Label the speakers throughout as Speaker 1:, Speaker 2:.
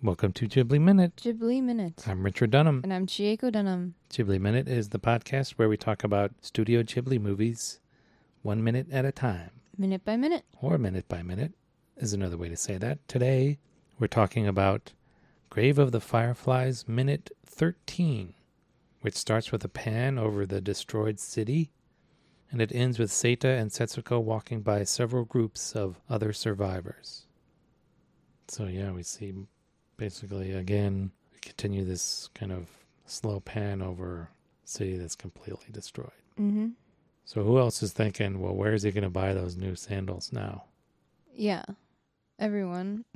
Speaker 1: Welcome to Ghibli Minute.
Speaker 2: Ghibli Minute.
Speaker 1: I'm Richard Dunham.
Speaker 2: And I'm Chieko Dunham.
Speaker 1: Ghibli Minute is the podcast where we talk about Studio Ghibli movies one minute at a time,
Speaker 2: Minute by minute.
Speaker 1: or minute by minute is another way to say that. Today, we're talking about Grave of the Fireflies Minute 13, which starts with a pan over the destroyed city, and it ends with Seta and Setsuko walking by several groups of other survivors. So, yeah, we see basically again, we continue this kind of slow pan over city that's completely destroyed.
Speaker 2: Mm-hmm.
Speaker 1: So who else is thinking, well, where is he going to buy those new sandals now?
Speaker 2: Yeah. Everyone.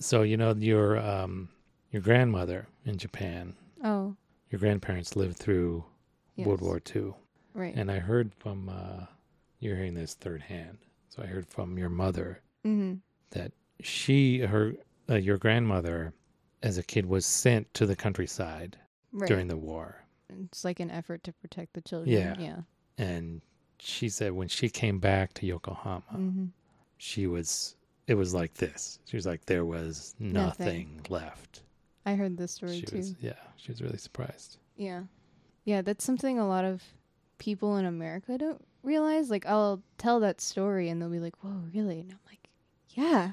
Speaker 1: So you know your um, your grandmother in Japan,
Speaker 2: Oh,
Speaker 1: your grandparents lived through
Speaker 2: yes.
Speaker 1: World War II,
Speaker 2: Right.
Speaker 1: and I heard from uh, you're hearing this third hand. So I heard from your mother
Speaker 2: mm-hmm.
Speaker 1: that she her uh, your grandmother as a kid was sent to the countryside
Speaker 2: Right.
Speaker 1: during the war,
Speaker 2: it's like an effort to protect the children.
Speaker 1: Yeah.
Speaker 2: Yeah.
Speaker 1: and she said when she came back to Yokohama,
Speaker 2: Mm-hmm.
Speaker 1: she was it was like this. She was like there was
Speaker 2: Nothing.
Speaker 1: nothing left.
Speaker 2: I heard this story
Speaker 1: she
Speaker 2: too.
Speaker 1: was yeah she was really surprised
Speaker 2: Yeah. Yeah, that's something a lot of people in America don't realize. Like, I'll tell that story and they'll be like, whoa, really? And I'm like, yeah.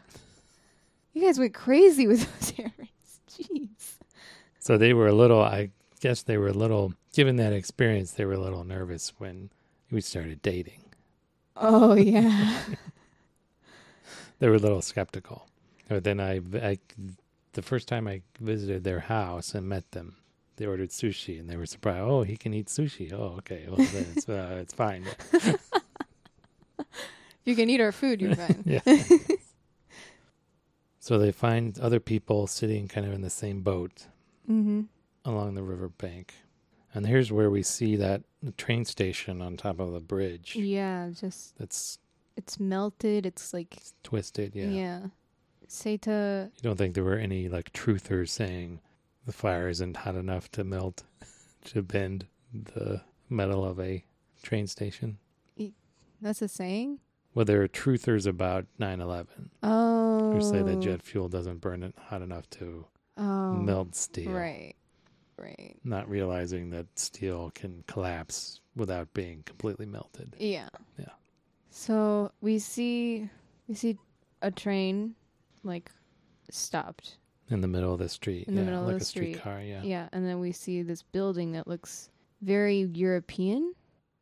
Speaker 2: You guys went crazy with those earrings. Jeez.
Speaker 1: so they were a little i guess they were a little given that experience they were a little nervous when we started dating
Speaker 2: Oh, yeah.
Speaker 1: they were a little skeptical but then i, I the first time i visited their house and met them they ordered sushi and they were surprised oh he can eat sushi oh okay well then it's, uh, it's fine
Speaker 2: you can eat our food, you're fine.
Speaker 1: yeah so they find other people sitting kind of in the same boat
Speaker 2: mm-hmm.
Speaker 1: along the riverbank and here's where we see that train station on top of the bridge
Speaker 2: Yeah, just,
Speaker 1: that's
Speaker 2: it's melted. It's like,
Speaker 1: twisted. Yeah.
Speaker 2: yeah. Seta,
Speaker 1: You don't think there were any like truthers saying the fire isn't hot enough to melt, to bend the metal of a train station?
Speaker 2: that's a saying?
Speaker 1: Well, there are truthers about 9 11
Speaker 2: Oh.
Speaker 1: who say that jet fuel doesn't burn it hot enough to
Speaker 2: oh,
Speaker 1: melt steel.
Speaker 2: Right. Right.
Speaker 1: Not realizing that steel can collapse without being completely melted.
Speaker 2: Yeah.
Speaker 1: Yeah.
Speaker 2: So we see we see a train like stopped.
Speaker 1: In the middle of the street.
Speaker 2: In the
Speaker 1: yeah,
Speaker 2: middle of
Speaker 1: like
Speaker 2: the
Speaker 1: a
Speaker 2: street.
Speaker 1: streetcar, yeah.
Speaker 2: Yeah. and then we see this building that looks very European,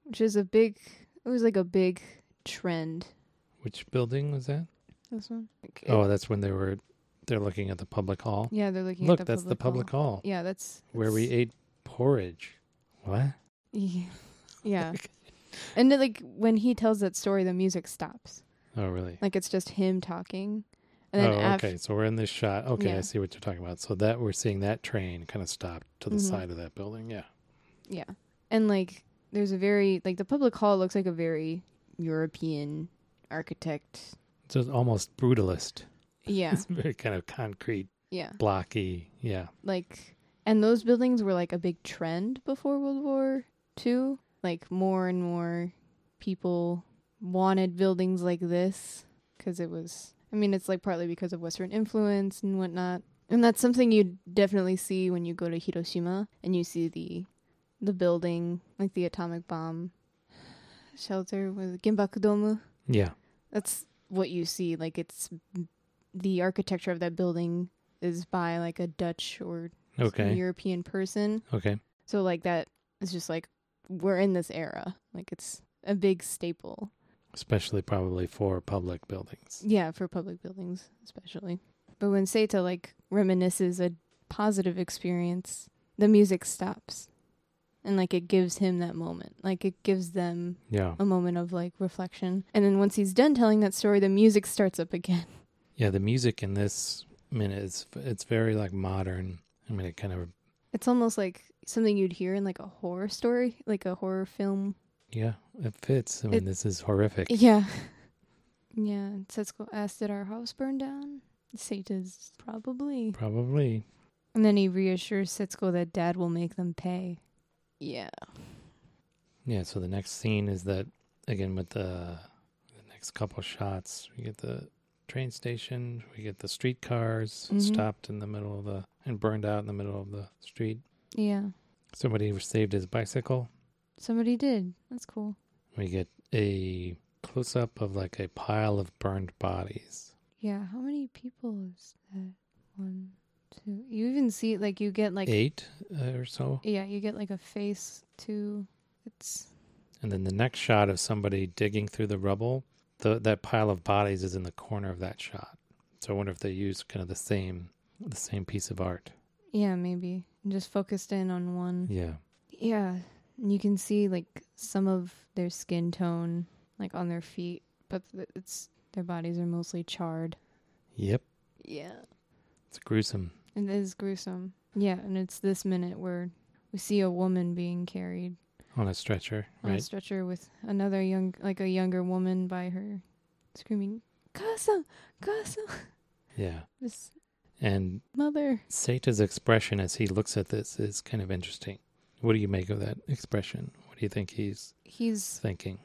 Speaker 2: which is a big it was like a big trend.
Speaker 1: Which building was that?
Speaker 2: This one. Like, it-
Speaker 1: Oh, that's when they were they're looking at the public hall.
Speaker 2: yeah, they're looking
Speaker 1: Look,
Speaker 2: at the
Speaker 1: that's the public
Speaker 2: hall.
Speaker 1: hall.
Speaker 2: Yeah, that's
Speaker 1: where we
Speaker 2: that's-
Speaker 1: ate porridge. What?
Speaker 2: Yeah. yeah. And then, like when he tells that story the music stops.
Speaker 1: Oh, really?
Speaker 2: Like it's just him talking.
Speaker 1: Oh,
Speaker 2: And then after
Speaker 1: okay. So we're in this shot. Okay, I
Speaker 2: Yeah.
Speaker 1: see what you're talking about. So that we're seeing that train kind of stop to the
Speaker 2: Mhm.
Speaker 1: side of that building. Yeah.
Speaker 2: Yeah. And like there's a very like the public hall looks like a very European architect.
Speaker 1: It's just almost brutalist.
Speaker 2: Yeah.
Speaker 1: It's very kind of concrete,
Speaker 2: yeah.
Speaker 1: blocky. Yeah.
Speaker 2: Like and those buildings were like a big trend before World War Two. Like more and more people wanted buildings like this because it was I mean it's like partly because of Western influence and whatnot. And that's something you definitely see when you go to Hiroshima and you see the the building, like the atomic bomb shelter was it Genbaku Domu.
Speaker 1: Yeah.
Speaker 2: That's what you see. Like it's the architecture of that building is by like a Dutch or some
Speaker 1: Okay.
Speaker 2: European person.
Speaker 1: Okay.
Speaker 2: So like that is just like we're in this era. Like it's a big staple.
Speaker 1: Especially probably for public buildings.
Speaker 2: Yeah, for public buildings especially. But when Seta like reminisces a positive experience, the music stops. And like it gives him that moment. Like it gives them
Speaker 1: Yeah.
Speaker 2: a moment of like reflection. And then once he's done telling that story, the music starts up again.
Speaker 1: Yeah. The music in this minute is it's very like modern. I mean, it kind of
Speaker 2: It's almost like something you'd hear in like a horror story, like a horror film.
Speaker 1: yeah, it fits. I mean,
Speaker 2: It-
Speaker 1: this is horrific.
Speaker 2: Yeah. Yeah. and Setsuko asks, Did our house burn down? Sata's probably.
Speaker 1: Probably.
Speaker 2: And then he reassures Setsuko that dad will make them pay. Yeah.
Speaker 1: Yeah, so the next scene is that again with the the next couple shots, we get the train station. We get the streetcars
Speaker 2: Mhm.
Speaker 1: stopped in the middle of the and burned out in the middle of the street.
Speaker 2: Yeah.
Speaker 1: Somebody saved his bicycle.
Speaker 2: Somebody did. That's cool.
Speaker 1: We get a close up of like a pile of burned bodies.
Speaker 2: Yeah. How many people is that? One, two. You even see like you get like
Speaker 1: Eight uh, or so.
Speaker 2: yeah, you get like a face too. It's
Speaker 1: And then the next shot of somebody digging through the rubble, the, that pile of bodies is in the corner of that shot. So I wonder if they used kind of the same the same piece of art.
Speaker 2: yeah, maybe And just focused in on one.
Speaker 1: Yeah.
Speaker 2: Yeah. And you can see like some of their skin tone like on their feet, but th- it's their bodies are mostly charred.
Speaker 1: Yep.
Speaker 2: Yeah.
Speaker 1: It's gruesome.
Speaker 2: It is gruesome. Yeah, and it's this minute where we see a woman being carried
Speaker 1: On a stretcher,
Speaker 2: on a
Speaker 1: right?
Speaker 2: stretcher with another young, like a younger woman by her, screaming, "Casa, casa,
Speaker 1: Yeah.
Speaker 2: this
Speaker 1: And
Speaker 2: mother."
Speaker 1: Sata's expression as he looks at this is kind of interesting. What do you make of that expression? What do you think he's
Speaker 2: He's
Speaker 1: thinking?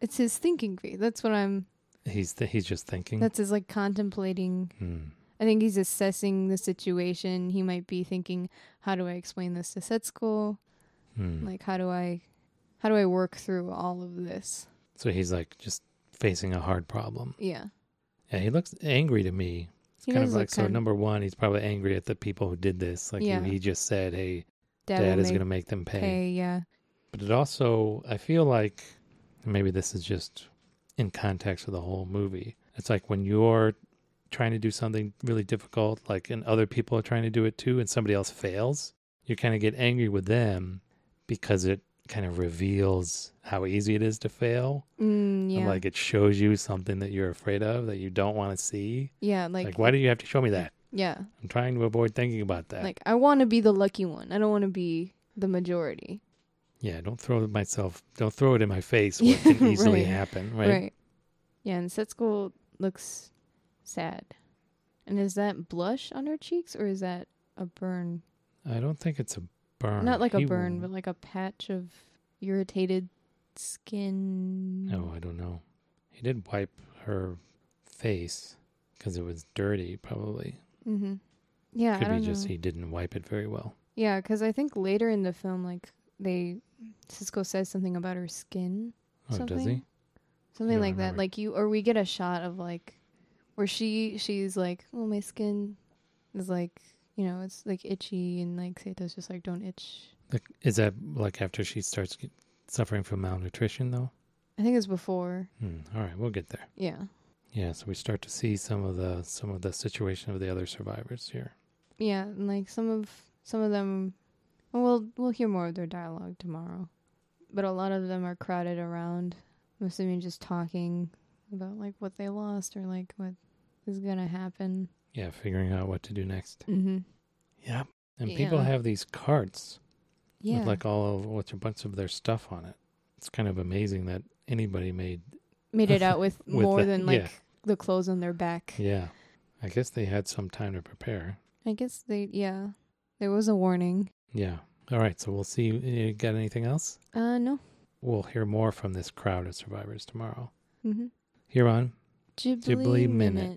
Speaker 2: it's his thinking face. That's what I'm.
Speaker 1: He's th- he's just thinking.
Speaker 2: That's his like contemplating.
Speaker 1: Hmm.
Speaker 2: I think he's assessing the situation. He might be thinking, "How do I explain this to Setsuko?
Speaker 1: Hmm.
Speaker 2: Like, how do I, how do I work through all of this?"
Speaker 1: so he's like just facing a hard problem.
Speaker 2: Yeah,
Speaker 1: Yeah, he looks angry to me. It's
Speaker 2: he
Speaker 1: kind
Speaker 2: does
Speaker 1: of
Speaker 2: look
Speaker 1: like so.
Speaker 2: kind of
Speaker 1: Number one, he's probably angry at the people who did this. Like
Speaker 2: Yeah.
Speaker 1: he just said, "Hey,
Speaker 2: dad,
Speaker 1: Dad
Speaker 2: will
Speaker 1: is
Speaker 2: make
Speaker 1: going to make them pay.
Speaker 2: pay. Yeah,
Speaker 1: But it also, I feel like maybe this is just in context of the whole movie. It's like when you're trying to do something really difficult, like and other people are trying to do it too, and somebody else fails, you kind of get angry with them because it kind of reveals how easy it is to fail.
Speaker 2: Mm,
Speaker 1: And,
Speaker 2: yeah.
Speaker 1: Like it shows you something that you're afraid of that you don't want to see.
Speaker 2: yeah, like,
Speaker 1: Like, why do you have to show me that?
Speaker 2: yeah,
Speaker 1: I'm trying to avoid thinking about that.
Speaker 2: like I want to be the lucky one. I don't want to be the majority.
Speaker 1: yeah, don't throw myself, don't throw it in my face. What can
Speaker 2: Yeah,
Speaker 1: easily
Speaker 2: right.
Speaker 1: happen,
Speaker 2: Right.
Speaker 1: right?
Speaker 2: Yeah, and Setsuko looks sad. And is that blush on her cheeks or is that a burn?
Speaker 1: I don't think it's a burn.
Speaker 2: Not like
Speaker 1: He
Speaker 2: a burn, but
Speaker 1: w-
Speaker 2: like a patch of irritated skin.
Speaker 1: no, Oh, I don't know. He did wipe her face because it was dirty, probably.
Speaker 2: Mm-hmm. Yeah, I
Speaker 1: Could be
Speaker 2: don't
Speaker 1: just
Speaker 2: know.
Speaker 1: he didn't wipe it very well.
Speaker 2: Yeah, because I think later in the film, like they, Cisco says something about her skin.
Speaker 1: Oh, does he?
Speaker 2: Something
Speaker 1: don't
Speaker 2: like that.
Speaker 1: remember.
Speaker 2: Like you or we get a shot of like where she she's like, "Oh, my skin is like, you know, it's like itchy and like Sato's just like, "Don't itch."
Speaker 1: Like, is that like after she starts get, suffering from malnutrition, though?
Speaker 2: I think it's before.
Speaker 1: Hmm. All right, we'll get there.
Speaker 2: Yeah.
Speaker 1: Yeah, so we start to see some of the some of the situation of the other survivors here.
Speaker 2: Yeah, and like some of some of them well, we'll we'll hear more of their dialogue tomorrow. But a lot of them are crowded around. I'm assuming just talking about like what they lost or like what is going to happen.
Speaker 1: Yeah, figuring out what to do next.
Speaker 2: Mhm.
Speaker 1: Yeah, and people
Speaker 2: Yeah.
Speaker 1: have these carts
Speaker 2: Yeah.
Speaker 1: with like all of with a bunch of their stuff on it. It's kind of amazing that anybody made
Speaker 2: Made it out with,
Speaker 1: with
Speaker 2: more
Speaker 1: the-
Speaker 2: than like
Speaker 1: yeah.
Speaker 2: the clothes on their back.
Speaker 1: Yeah. I guess they had some time to prepare.
Speaker 2: I guess they, yeah, there was a warning.
Speaker 1: Yeah. All right. So we'll see. You got anything else?
Speaker 2: Uh, no.
Speaker 1: We'll hear more from this crowd of survivors tomorrow.
Speaker 2: Mm-hmm.
Speaker 1: Here on
Speaker 2: Ghibli,
Speaker 1: Ghibli Minute.
Speaker 2: minute.